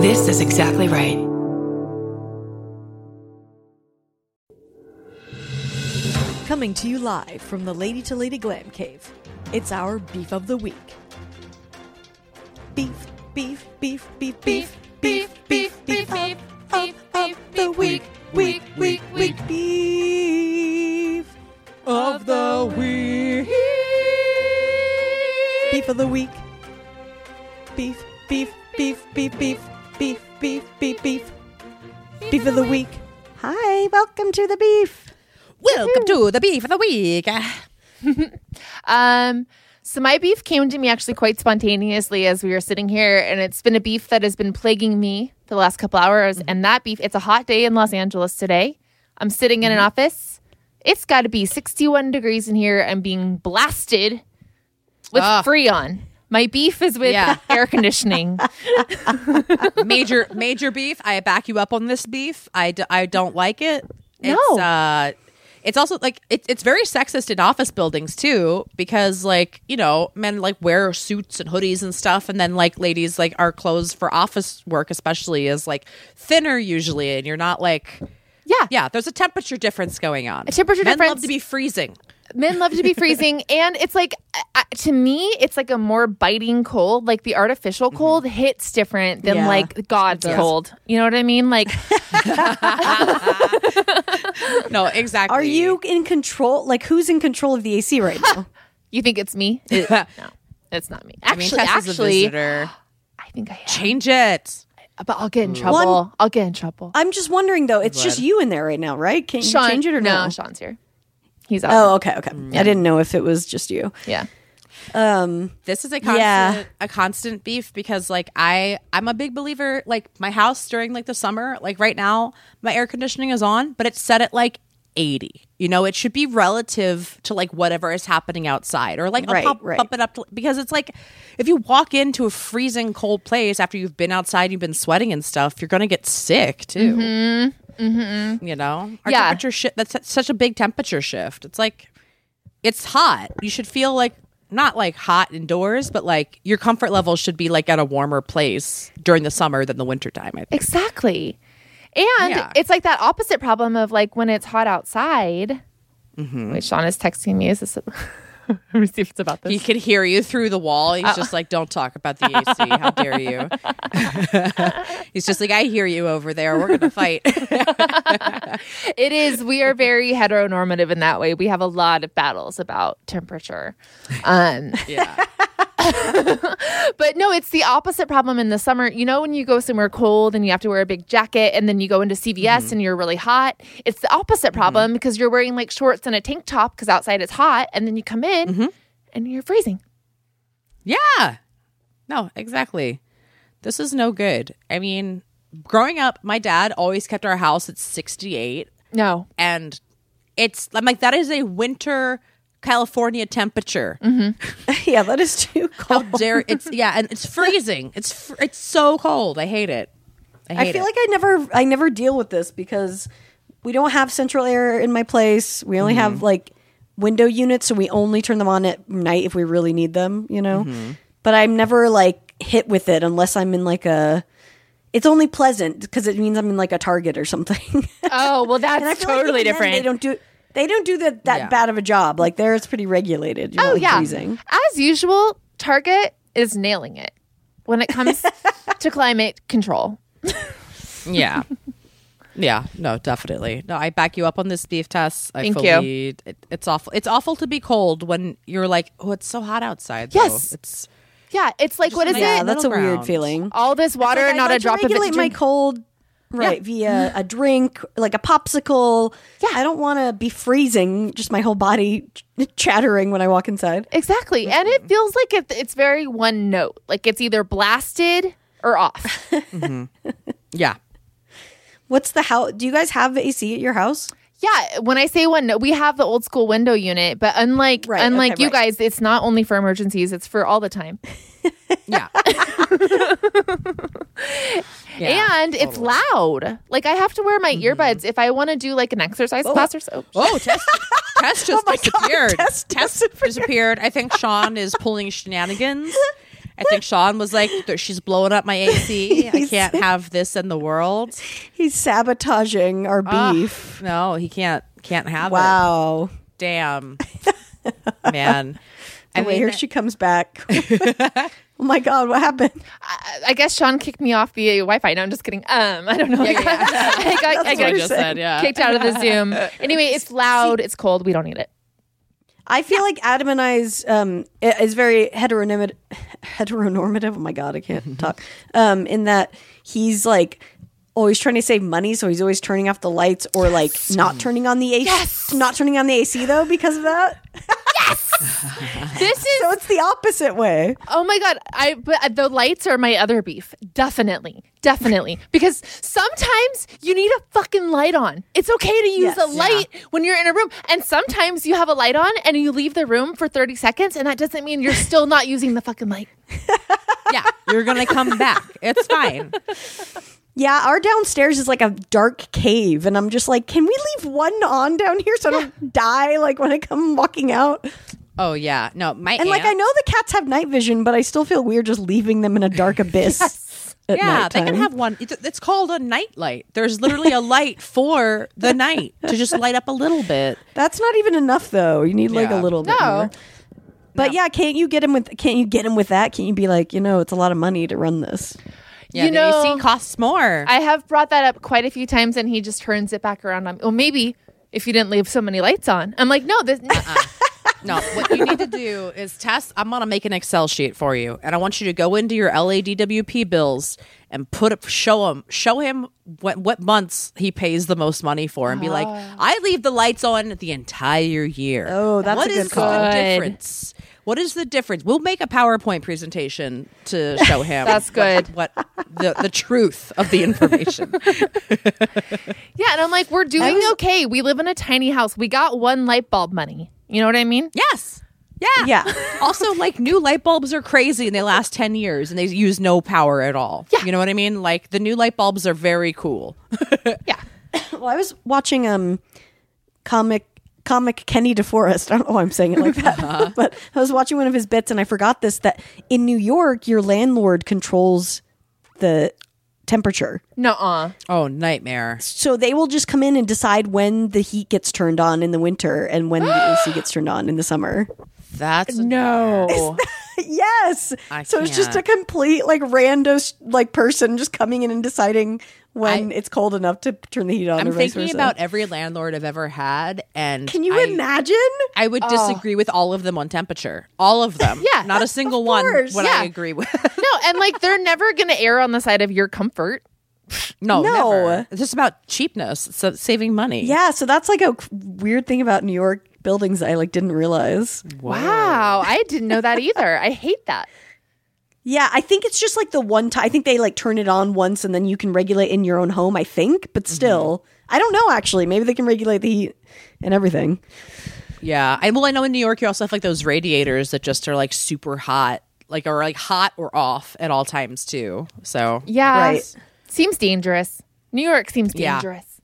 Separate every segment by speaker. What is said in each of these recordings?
Speaker 1: This is exactly right.
Speaker 2: Coming to you live from the Lady to Lady Glam Cave, it's our Beef of the Week. Beef, beef, beef, beef, beef, beef, beef, beef, beef, beef, of the week, week, week, week, beef of the week. Beef of the week. Beef, beef, beef, beef, beef, beef, beef, beef, beef. Beef of the week. Hi, welcome to the beef.
Speaker 3: Welcome to the beef of the week.
Speaker 4: Um, so my beef came to me actually quite spontaneously as we were sitting here, and it's been a beef that has been plaguing me the last couple hours. And that beef, it's a hot day in Los Angeles today. I'm sitting
Speaker 2: Mm-hmm.
Speaker 4: in an office. It's got to be 61 degrees in here. I'm being blasted with
Speaker 3: Ah.
Speaker 4: Freon. My beef is with
Speaker 3: Yeah.
Speaker 4: air conditioning.
Speaker 3: major major beef. I back you up on this beef. I, d- I don't like it. It's,
Speaker 4: No.
Speaker 3: uh, it's also like it, it's very sexist in office buildings too because like you know men like wear suits and hoodies and stuff and then like ladies like our clothes for office work especially is like thinner usually and you're not like
Speaker 4: yeah.
Speaker 3: yeah there's a temperature difference going on a
Speaker 4: temperature
Speaker 3: men love
Speaker 4: difference.
Speaker 3: to be freezing
Speaker 4: Men love to be freezing, and it's like I- I- to me, it's like a more biting cold. Like the artificial cold hits different than
Speaker 2: Mm-hmm. Yeah.
Speaker 4: like God's cold. You know what I mean? Like
Speaker 3: no exactly
Speaker 2: Are you in control? Like, who's in control of the AC right now?
Speaker 4: you think it's me? It- no, it's not me.
Speaker 3: I mean,
Speaker 4: Actually,
Speaker 3: Tessa's a
Speaker 4: actually,
Speaker 3: visitor.
Speaker 4: I think I am,
Speaker 3: change it
Speaker 4: but I'll get in trouble.
Speaker 2: Mm. One-
Speaker 4: I'll get in trouble.
Speaker 2: I'm just wondering though. It's just you in there right now, right? Can you
Speaker 4: Sean,
Speaker 2: change it or no?
Speaker 4: no? Sean's here. He's out.
Speaker 2: Oh, okay, okay. I didn't know if it was just you.
Speaker 4: yeah.
Speaker 2: Um,
Speaker 3: this is a constant
Speaker 2: Yeah.
Speaker 3: a constant beef because like I I'm a big believer like my house during like the summer like right now my air conditioning is on but it's set at like 80 you know it should be relative to like whatever is happening outside or like
Speaker 2: Right,
Speaker 3: I'll pump,
Speaker 2: right.
Speaker 3: pump it up to, because it's like if you walk into a freezing cold place after you've been outside you've been sweating and stuff you're gonna get sick too
Speaker 2: Mm-hmm.
Speaker 3: you know Our
Speaker 4: Yeah.
Speaker 3: temperature shi that's su- such a big temperature shift it's like it's hot. You should feel like not like hot indoors, but like your comfort level should be like at a warmer place during the summer than the wintertime. I think.
Speaker 4: Exactly. And
Speaker 3: Yeah.
Speaker 4: it's like that opposite problem of like when it's hot outside.
Speaker 2: Mm-hmm.
Speaker 4: Wait, Sean is texting me. Is this? Let me see if it's about this.
Speaker 3: He could hear you through the wall. He's just like, "Don't talk about the AC. How dare you?" He's just like, "I hear you over there. We're gonna fight."
Speaker 4: It is. We are very heteronormative in that way. We have a lot of battles about temperature. Um,
Speaker 3: yeah,
Speaker 4: but no, it's the opposite problem in the summer. You know, when you go somewhere cold and you have to wear a big jacket, and then you go into CVS
Speaker 2: Mm-hmm.
Speaker 4: and you're really hot, it's the opposite problem because you're wearing like shorts and a tank top because outside it's hot, and then you come in
Speaker 2: Mm-hmm.
Speaker 4: and you're freezing.
Speaker 3: yeah. No, exactly. This is no good. I mean, growing up, my dad always kept our house at sixty-eight,
Speaker 4: No.
Speaker 3: and it's I'm like that is a winter California temperature.
Speaker 2: yeah, that is too
Speaker 3: How
Speaker 2: cold.
Speaker 3: dare it's yeah, and it's freezing. It's fr- it's so cold. I hate it. I hate
Speaker 2: I feel
Speaker 3: it.
Speaker 2: like I never, I never deal with this because we don't have central air in my place. We only have like window units, so we only turn them on at night if we really need them. You know, but I'm never like hit with it unless I'm in like a. It's only pleasant because it means I'm in like a Target or something.
Speaker 4: Oh well,
Speaker 2: And I
Speaker 4: that's
Speaker 2: feel like
Speaker 4: totally
Speaker 2: even then
Speaker 4: different.
Speaker 2: They don't do they don't do that that
Speaker 3: Yeah.
Speaker 2: bad of a job. Like there, it's pretty regulated. You're
Speaker 4: oh
Speaker 2: not
Speaker 4: yeah.
Speaker 2: freezing.
Speaker 4: As usual, Target is nailing it when it comes to climate control.
Speaker 3: yeah. Yeah, no, definitely. No, I back you up on this beef test. I
Speaker 4: Thank you.
Speaker 3: fully, It, it's awful. It's awful to be cold when you're like, oh, it's so hot outside. though."
Speaker 4: Yes.
Speaker 3: it's
Speaker 4: Yeah, it's like what is
Speaker 3: like-
Speaker 2: Yeah,
Speaker 4: it?
Speaker 2: that's a
Speaker 3: middle
Speaker 2: weird
Speaker 3: ground.
Speaker 2: feeling.
Speaker 4: All this water,
Speaker 2: Like,
Speaker 4: and
Speaker 2: I'd
Speaker 4: not a
Speaker 2: like to
Speaker 4: drop of it. to
Speaker 2: regulate my
Speaker 4: drink.
Speaker 2: cold. Right via a drink, like a popsicle. Yeah, I don't want to be freezing. Just my whole body ch- chattering when I walk inside.
Speaker 4: Exactly.
Speaker 2: Mm-hmm.
Speaker 4: And it feels like it, it's very one note. Like it's either blasted or off.
Speaker 3: yeah.
Speaker 2: What's the how? Do you guys have AC at your house?
Speaker 4: yeah. When I say one note, we have the old school window unit, but unlike
Speaker 2: Right,
Speaker 4: unlike
Speaker 2: okay,
Speaker 4: you
Speaker 2: right.
Speaker 4: guys, it's not only for emergencies, it's for all the time.
Speaker 3: Yeah. yeah.
Speaker 4: and it's loud. Like I have to wear my
Speaker 2: Mm-hmm.
Speaker 4: earbuds if I want to do like an exercise class or so.
Speaker 3: Oh, Tess, Tess just
Speaker 2: my God,
Speaker 3: disappeared.
Speaker 2: Tess
Speaker 3: Tess disappeared. I think Sean is pulling shenanigans. I think Sean was like, "There- "She's blowing up my AC. I
Speaker 2: He's-
Speaker 3: can't have this in the world."
Speaker 2: He's sabotaging our
Speaker 3: Ah,
Speaker 2: beef.
Speaker 3: no, he can't. Can't have it.
Speaker 2: wow.
Speaker 3: Damn, man.
Speaker 2: And wait, here she comes back. oh my god, what happened?
Speaker 4: I, I guess Sean kicked me off the Wi-Fi. No, I'm just kidding. Um, I don't know. I got, I got, I
Speaker 2: what I
Speaker 4: got
Speaker 2: just said,
Speaker 3: yeah.
Speaker 4: kicked out of the Zoom. Anyway, it's loud. It's cold. We don't need it.
Speaker 2: I feel like Adam and I's um, i- is very heteronormative. Heteronormative. Oh my god, I can't talk. Um, in that he's like always trying to save money, so he's always turning off the lights or like not turning on the AC. Not turning on the AC though because of that.
Speaker 4: This is
Speaker 2: So it's the opposite way.
Speaker 4: Oh my god! I but uh, the lights are my other beef. Definitely, definitely, because sometimes you need a fucking light on. It's okay to use
Speaker 2: Yes.
Speaker 4: a light when you're in a room, and sometimes you have a light on and you leave the room for thirty seconds, and that doesn't mean you're still not using the fucking light.
Speaker 3: yeah, you're gonna come back. It's fine.
Speaker 2: Yeah, our downstairs is like a dark cave, and I'm just like, can we leave one on down here so I don't die like when I come walking out?
Speaker 3: Oh yeah, no, my
Speaker 2: And like I know the cats have night vision, but I still feel weird just leaving them in a dark abyss. at
Speaker 3: Yeah, they
Speaker 2: nighttime.
Speaker 3: can have one. It's, it's called a night light. There's literally a light for the night to just light up a little bit.
Speaker 2: That's not even enough though. You need like
Speaker 3: Yeah.
Speaker 2: a little bit
Speaker 4: No.
Speaker 2: more. But yeah, can't you get him with can't you get him with that? Can't you be like, you know, it's a lot of money to run this.
Speaker 3: Yeah,
Speaker 4: You
Speaker 3: the AC
Speaker 4: know-
Speaker 3: costs more.
Speaker 4: I have brought that up quite a few times, and he just turns it back around on me. Well, maybe if you didn't leave so many lights on, I'm like, no, this.
Speaker 3: no, what you need to do is test. I'm gonna make an Excel sheet for you, and I want you to go into your LADWP bills and put up, show him show him what what months he pays the most money for, and be like, I leave the lights on the entire year.
Speaker 2: Ah. Oh, that's a
Speaker 3: What
Speaker 2: good
Speaker 3: is
Speaker 2: call.
Speaker 3: the
Speaker 4: Good.
Speaker 3: difference? What is the difference? We'll make a PowerPoint presentation to show him.
Speaker 4: That's
Speaker 3: what-
Speaker 4: good.
Speaker 3: What, the the truth of the information?
Speaker 4: yeah, and I'm like, we're doing okay. We live in a tiny house. We got one light bulb money. You know what I mean?
Speaker 3: yes. Yeah.
Speaker 2: Yeah.
Speaker 3: also, like new light bulbs are crazy and they last 10 years and they use no power at all. Yeah. You know what I mean? Like the new light bulbs are very cool.
Speaker 4: Yeah.
Speaker 2: Well, I was watching um comic comic Kenny DeForest. I don't know why I'm saying it like that. but I was watching one of his bits and I forgot this that in New York your landlord controls the temperature.
Speaker 4: Nuh-uh.
Speaker 3: Oh, nightmare.
Speaker 2: So they will just come in and decide when the heat gets turned on in the winter and when the AC gets turned on in the summer.
Speaker 3: That's
Speaker 4: No.
Speaker 2: yes.
Speaker 3: I
Speaker 2: so it's just a
Speaker 3: can't.
Speaker 2: complete like rando like person just coming in and deciding when
Speaker 3: I-
Speaker 2: it's cold enough to turn the heat on. or
Speaker 3: I'm
Speaker 2: vice
Speaker 3: thinking
Speaker 2: versa.
Speaker 3: about every landlord I've ever had. And
Speaker 2: Can you
Speaker 3: I,
Speaker 2: imagine?
Speaker 3: I would disagree with all of them on temperature. All of them.
Speaker 4: Yeah,
Speaker 3: Not a single one
Speaker 2: course,
Speaker 3: would
Speaker 4: yeah.
Speaker 3: I agree with.
Speaker 4: No, and like they're never going to err on the side of your comfort.
Speaker 3: no,
Speaker 2: No.
Speaker 3: never. It's just about cheapness, so saving money.
Speaker 2: Yeah. So that's like a c- weird thing about New York buildings. I like didn't realize.
Speaker 3: Mm.
Speaker 4: Wow, I didn't know that either. I hate that.
Speaker 2: Yeah, I think it's just like the one time. I think they like turn it on once and then you can regulate in your own home, I think, but
Speaker 3: Mm-hmm.
Speaker 2: still. I don't know actually. Maybe they can regulate the heat and everything.
Speaker 3: Yeah. I, well, I know in New York, you also have like those radiators that just are like super hot, like are like hot or off at all times too. So
Speaker 4: Yeah.
Speaker 2: Right.
Speaker 4: Seems dangerous. New York seems
Speaker 3: Yeah.
Speaker 4: dangerous.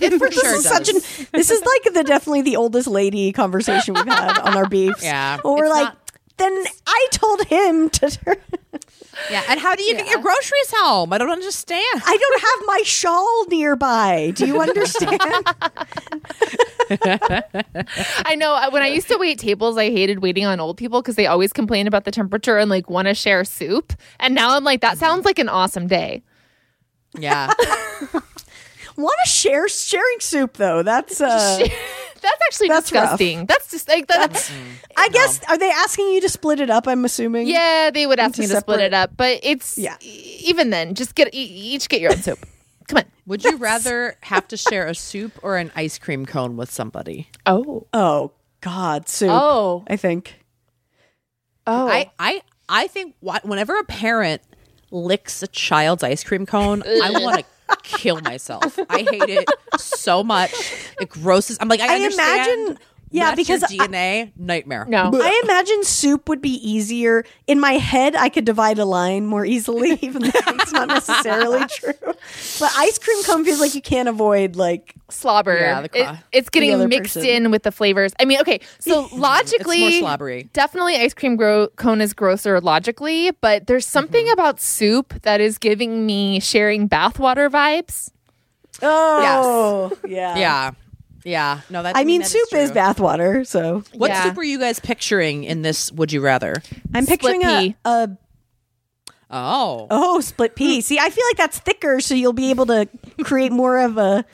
Speaker 3: it for sure
Speaker 2: this is such
Speaker 3: does.
Speaker 2: an this is like the definitely the oldest lady conversation we've had on our beefs.
Speaker 3: Yeah.
Speaker 2: Or we're
Speaker 3: It's
Speaker 2: like,
Speaker 3: not-
Speaker 2: then I told him to turn
Speaker 3: yeah. And how do you get your groceries home? I don't understand.
Speaker 2: I don't have my shawl nearby. Do you understand?
Speaker 4: I know uh, when I used to wait tables, I hated waiting on old people because they always complain about the temperature and like want to share soup. And now I'm like,
Speaker 2: Mm-hmm.
Speaker 4: that sounds like an awesome day.
Speaker 3: Yeah.
Speaker 2: Want to share sharing soup though? That's uh
Speaker 4: That's actually
Speaker 2: That's rough.
Speaker 4: disgusting. That's just like that's
Speaker 2: I guess are they asking you to split it up, I'm assuming?
Speaker 4: yeah. They would ask
Speaker 2: To
Speaker 4: me to split
Speaker 2: separate-
Speaker 4: it up, but it's
Speaker 2: Yeah.
Speaker 4: e- even then, just get e- each get your own soup. Come on.
Speaker 3: Would you rather have to share a soup or an ice cream cone with somebody?
Speaker 4: Oh,
Speaker 2: Oh God, soup.
Speaker 4: Oh.
Speaker 2: I think.
Speaker 4: oh,
Speaker 3: I I I think wh- whenever a parent licks a child's ice cream cone, I want to kill myself. I hate it so much. It grosses. I'm like I,
Speaker 2: I
Speaker 3: understand
Speaker 2: imagine- Yeah,
Speaker 3: Match your
Speaker 2: because I-
Speaker 3: DNA nightmare.
Speaker 4: No.
Speaker 2: I imagine soup would be easier. In my head, I could divide a line more easily, even though it's not necessarily true. But ice cream cone feels like you can't avoid. Like,
Speaker 4: slobber.
Speaker 3: Yeah, the
Speaker 4: It-
Speaker 3: cla-
Speaker 4: it's
Speaker 2: other
Speaker 4: getting mixed
Speaker 2: person.
Speaker 4: in with the flavors. I mean, okay, so logically,
Speaker 3: slobbery.
Speaker 4: Definitely, ice cream gro- cone is grosser logically, but
Speaker 3: Mm-hmm.
Speaker 4: there's something about soup that is giving me sharing bathwater vibes.
Speaker 2: oh, yeah,
Speaker 3: Yeah. Yeah. No, that's.
Speaker 2: I mean, soup is,
Speaker 3: bad.
Speaker 2: bathwater, so
Speaker 3: What
Speaker 4: Yeah.
Speaker 3: soup are you guys picturing in this? Would you rather?
Speaker 2: I'm
Speaker 4: Split
Speaker 2: picturing a,
Speaker 4: pea.
Speaker 2: a
Speaker 3: Oh,
Speaker 2: oh split pea. See, I feel like that's thicker, so you'll be able to create more of a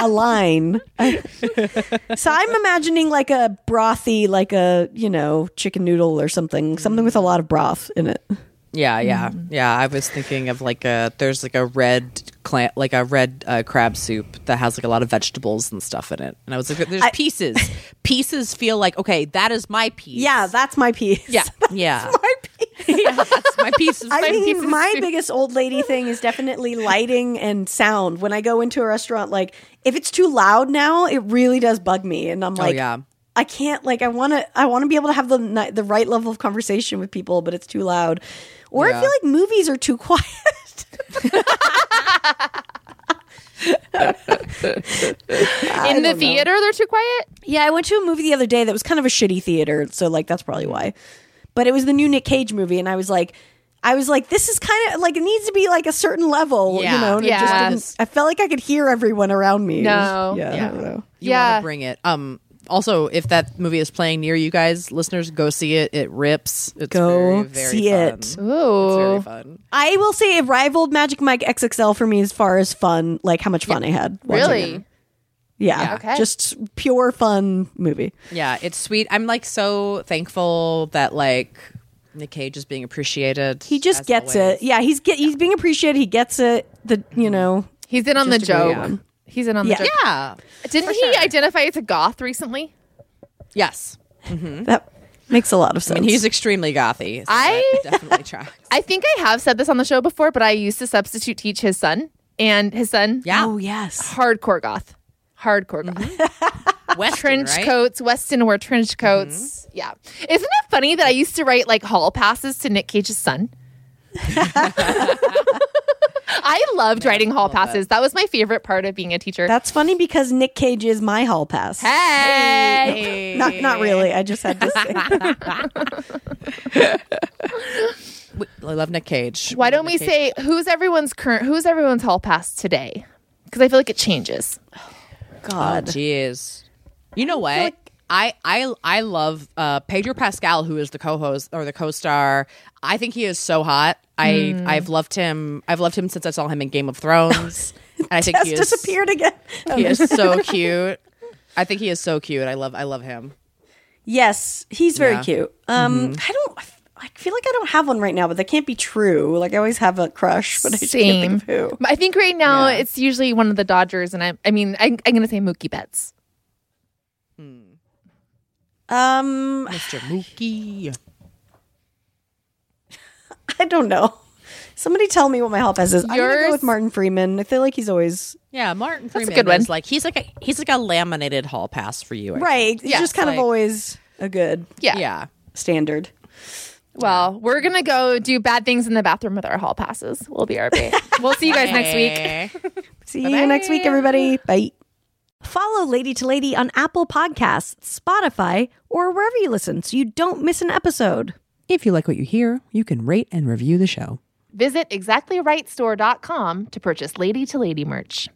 Speaker 2: a line. so I'm imagining like a brothy, like a you know chicken noodle or something, something with a lot of broth in it.
Speaker 3: yeah, yeah,
Speaker 2: Mm.
Speaker 3: yeah. I was thinking of like a there's like a red clam, like a red uh, crab soup that has like a lot of vegetables and stuff in it, and I was like, there's pieces. pieces feel like okay, that is my piece.
Speaker 2: Yeah, that's my piece.
Speaker 4: Yeah.
Speaker 3: yeah.
Speaker 2: my piece.
Speaker 4: Yeah, that's
Speaker 3: My piece is
Speaker 2: I
Speaker 4: My piece
Speaker 2: think
Speaker 4: is
Speaker 2: my
Speaker 4: soup.
Speaker 2: biggest old lady thing is definitely lighting and sound. When I go into a restaurant, like if it's too loud now, it really does bug me, and
Speaker 4: Oh,
Speaker 2: I'm like,
Speaker 3: oh, yeah.
Speaker 2: I can't. Like, I want to. I want to be able to have the ni- the right level of conversation with people, but it's too loud. Or I
Speaker 3: Yeah.
Speaker 2: feel like movies are too quiet.
Speaker 4: in the theater, they're too quiet.
Speaker 2: yeah, I went to a movie the other day that was kind of a shitty theater, so like that's probably why. But it was the new Nick Cage movie, and I was like. I was like, this is kind of like it needs to be like a certain level, you
Speaker 3: Yeah.
Speaker 2: know. And it just didn't-
Speaker 4: Yes.
Speaker 2: I felt like I could hear everyone around me. It
Speaker 4: No.
Speaker 2: was- yeah,
Speaker 3: Yeah.
Speaker 2: I don't know.
Speaker 3: you
Speaker 4: yeah,
Speaker 3: want to bring it. Um. Also, if that movie is playing near you guys, listeners, go see it. It rips. It's
Speaker 2: Go
Speaker 3: very, very
Speaker 2: see
Speaker 3: fun.
Speaker 2: it.
Speaker 3: It's very
Speaker 4: ooh,
Speaker 3: fun.
Speaker 2: I will say it rivaled Magic Mike XXL for me as far as fun, like how much fun I had. watching it.
Speaker 4: really?
Speaker 2: Yeah.
Speaker 3: Yeah.
Speaker 4: Okay.
Speaker 2: Just pure fun movie.
Speaker 3: Yeah, it's sweet. I'm like so thankful that like Nick Cage is being appreciated.
Speaker 2: He just
Speaker 3: as
Speaker 2: gets
Speaker 3: always.
Speaker 2: it. Yeah, he's get he's being appreciated. He gets it. The you know
Speaker 4: He's in on the
Speaker 2: Just agree
Speaker 4: joke.
Speaker 2: on.
Speaker 4: He's in on the
Speaker 2: Yeah.
Speaker 4: joke.
Speaker 3: Yeah.
Speaker 4: Didn't he identify as a goth recently?
Speaker 3: Yes.
Speaker 2: that makes a lot of sense.
Speaker 3: And he's extremely gothy. So
Speaker 4: I-
Speaker 3: that definitely tracks.
Speaker 4: I think I have said this on the show before, but I used to substitute teach his son, and his son,
Speaker 3: Yeah. Mm-hmm.
Speaker 2: oh yes,
Speaker 4: hardcore goth, hardcore goth.
Speaker 3: Western,
Speaker 4: trench
Speaker 3: right?
Speaker 4: coats. Weston wore trench coats. Yeah. Isn't it funny that I used to write like hall passes to Nick Cage's son? I loved writing hall passes. That was my favorite part of being a teacher.
Speaker 2: that's funny because Nick Cage is my hall pass.
Speaker 4: hey.
Speaker 2: Not not really. I just had to say.
Speaker 3: We- I love Nick Cage.
Speaker 4: Why don't we
Speaker 3: Nick Cage-
Speaker 4: say who's everyone's current who's everyone's hall pass today? Because I feel like it changes.
Speaker 2: God.
Speaker 3: Jeez. You know what?
Speaker 2: like-
Speaker 3: I, I I love uh, Pedro Pascal, who is the co-host or the co-star. I think he is so hot. I
Speaker 2: Hmm.
Speaker 3: I've loved him. I've loved him since I saw him in Game of Thrones. and I think
Speaker 2: Has
Speaker 3: he is
Speaker 2: disappeared again.
Speaker 3: He is so cute. I think he is so cute. I love I love him.
Speaker 2: Yes, he's very
Speaker 3: Yeah.
Speaker 2: cute. Um, I don't. I feel like I don't have one right now, but that can't be true. Like I always have a crush, but I just can't think of who.
Speaker 4: But I think right now
Speaker 3: Yeah.
Speaker 4: it's usually one of the Dodgers, and I, I mean, I, I'm going to say Mookie Betts.
Speaker 2: Um,
Speaker 3: Mr. Mookie.
Speaker 2: I don't know. Somebody tell me what my hall pass is. I'm gonna go
Speaker 4: Yours-
Speaker 2: with Martin Freeman. I feel like he's always
Speaker 3: Yeah, Martin Freeman
Speaker 4: good one.
Speaker 3: is like he's like a he's like a laminated hall pass for you. I
Speaker 2: right. He's
Speaker 4: Yes,
Speaker 2: just kind
Speaker 3: like-
Speaker 2: of always a good
Speaker 4: Yeah.
Speaker 3: think. Yeah.
Speaker 2: standard.
Speaker 4: Well, we're gonna go do bad things in the bathroom with our hall passes. We'll be our bait. we'll see you guys next week.
Speaker 2: See you next week, everybody. Bye. Follow Lady to Lady on Apple Podcasts, Spotify, or wherever you listen, so you don't miss an episode.
Speaker 1: If you like what you hear, you can rate and review the show.
Speaker 4: Visit exactlyrightstore.com to purchase Lady to Lady merch.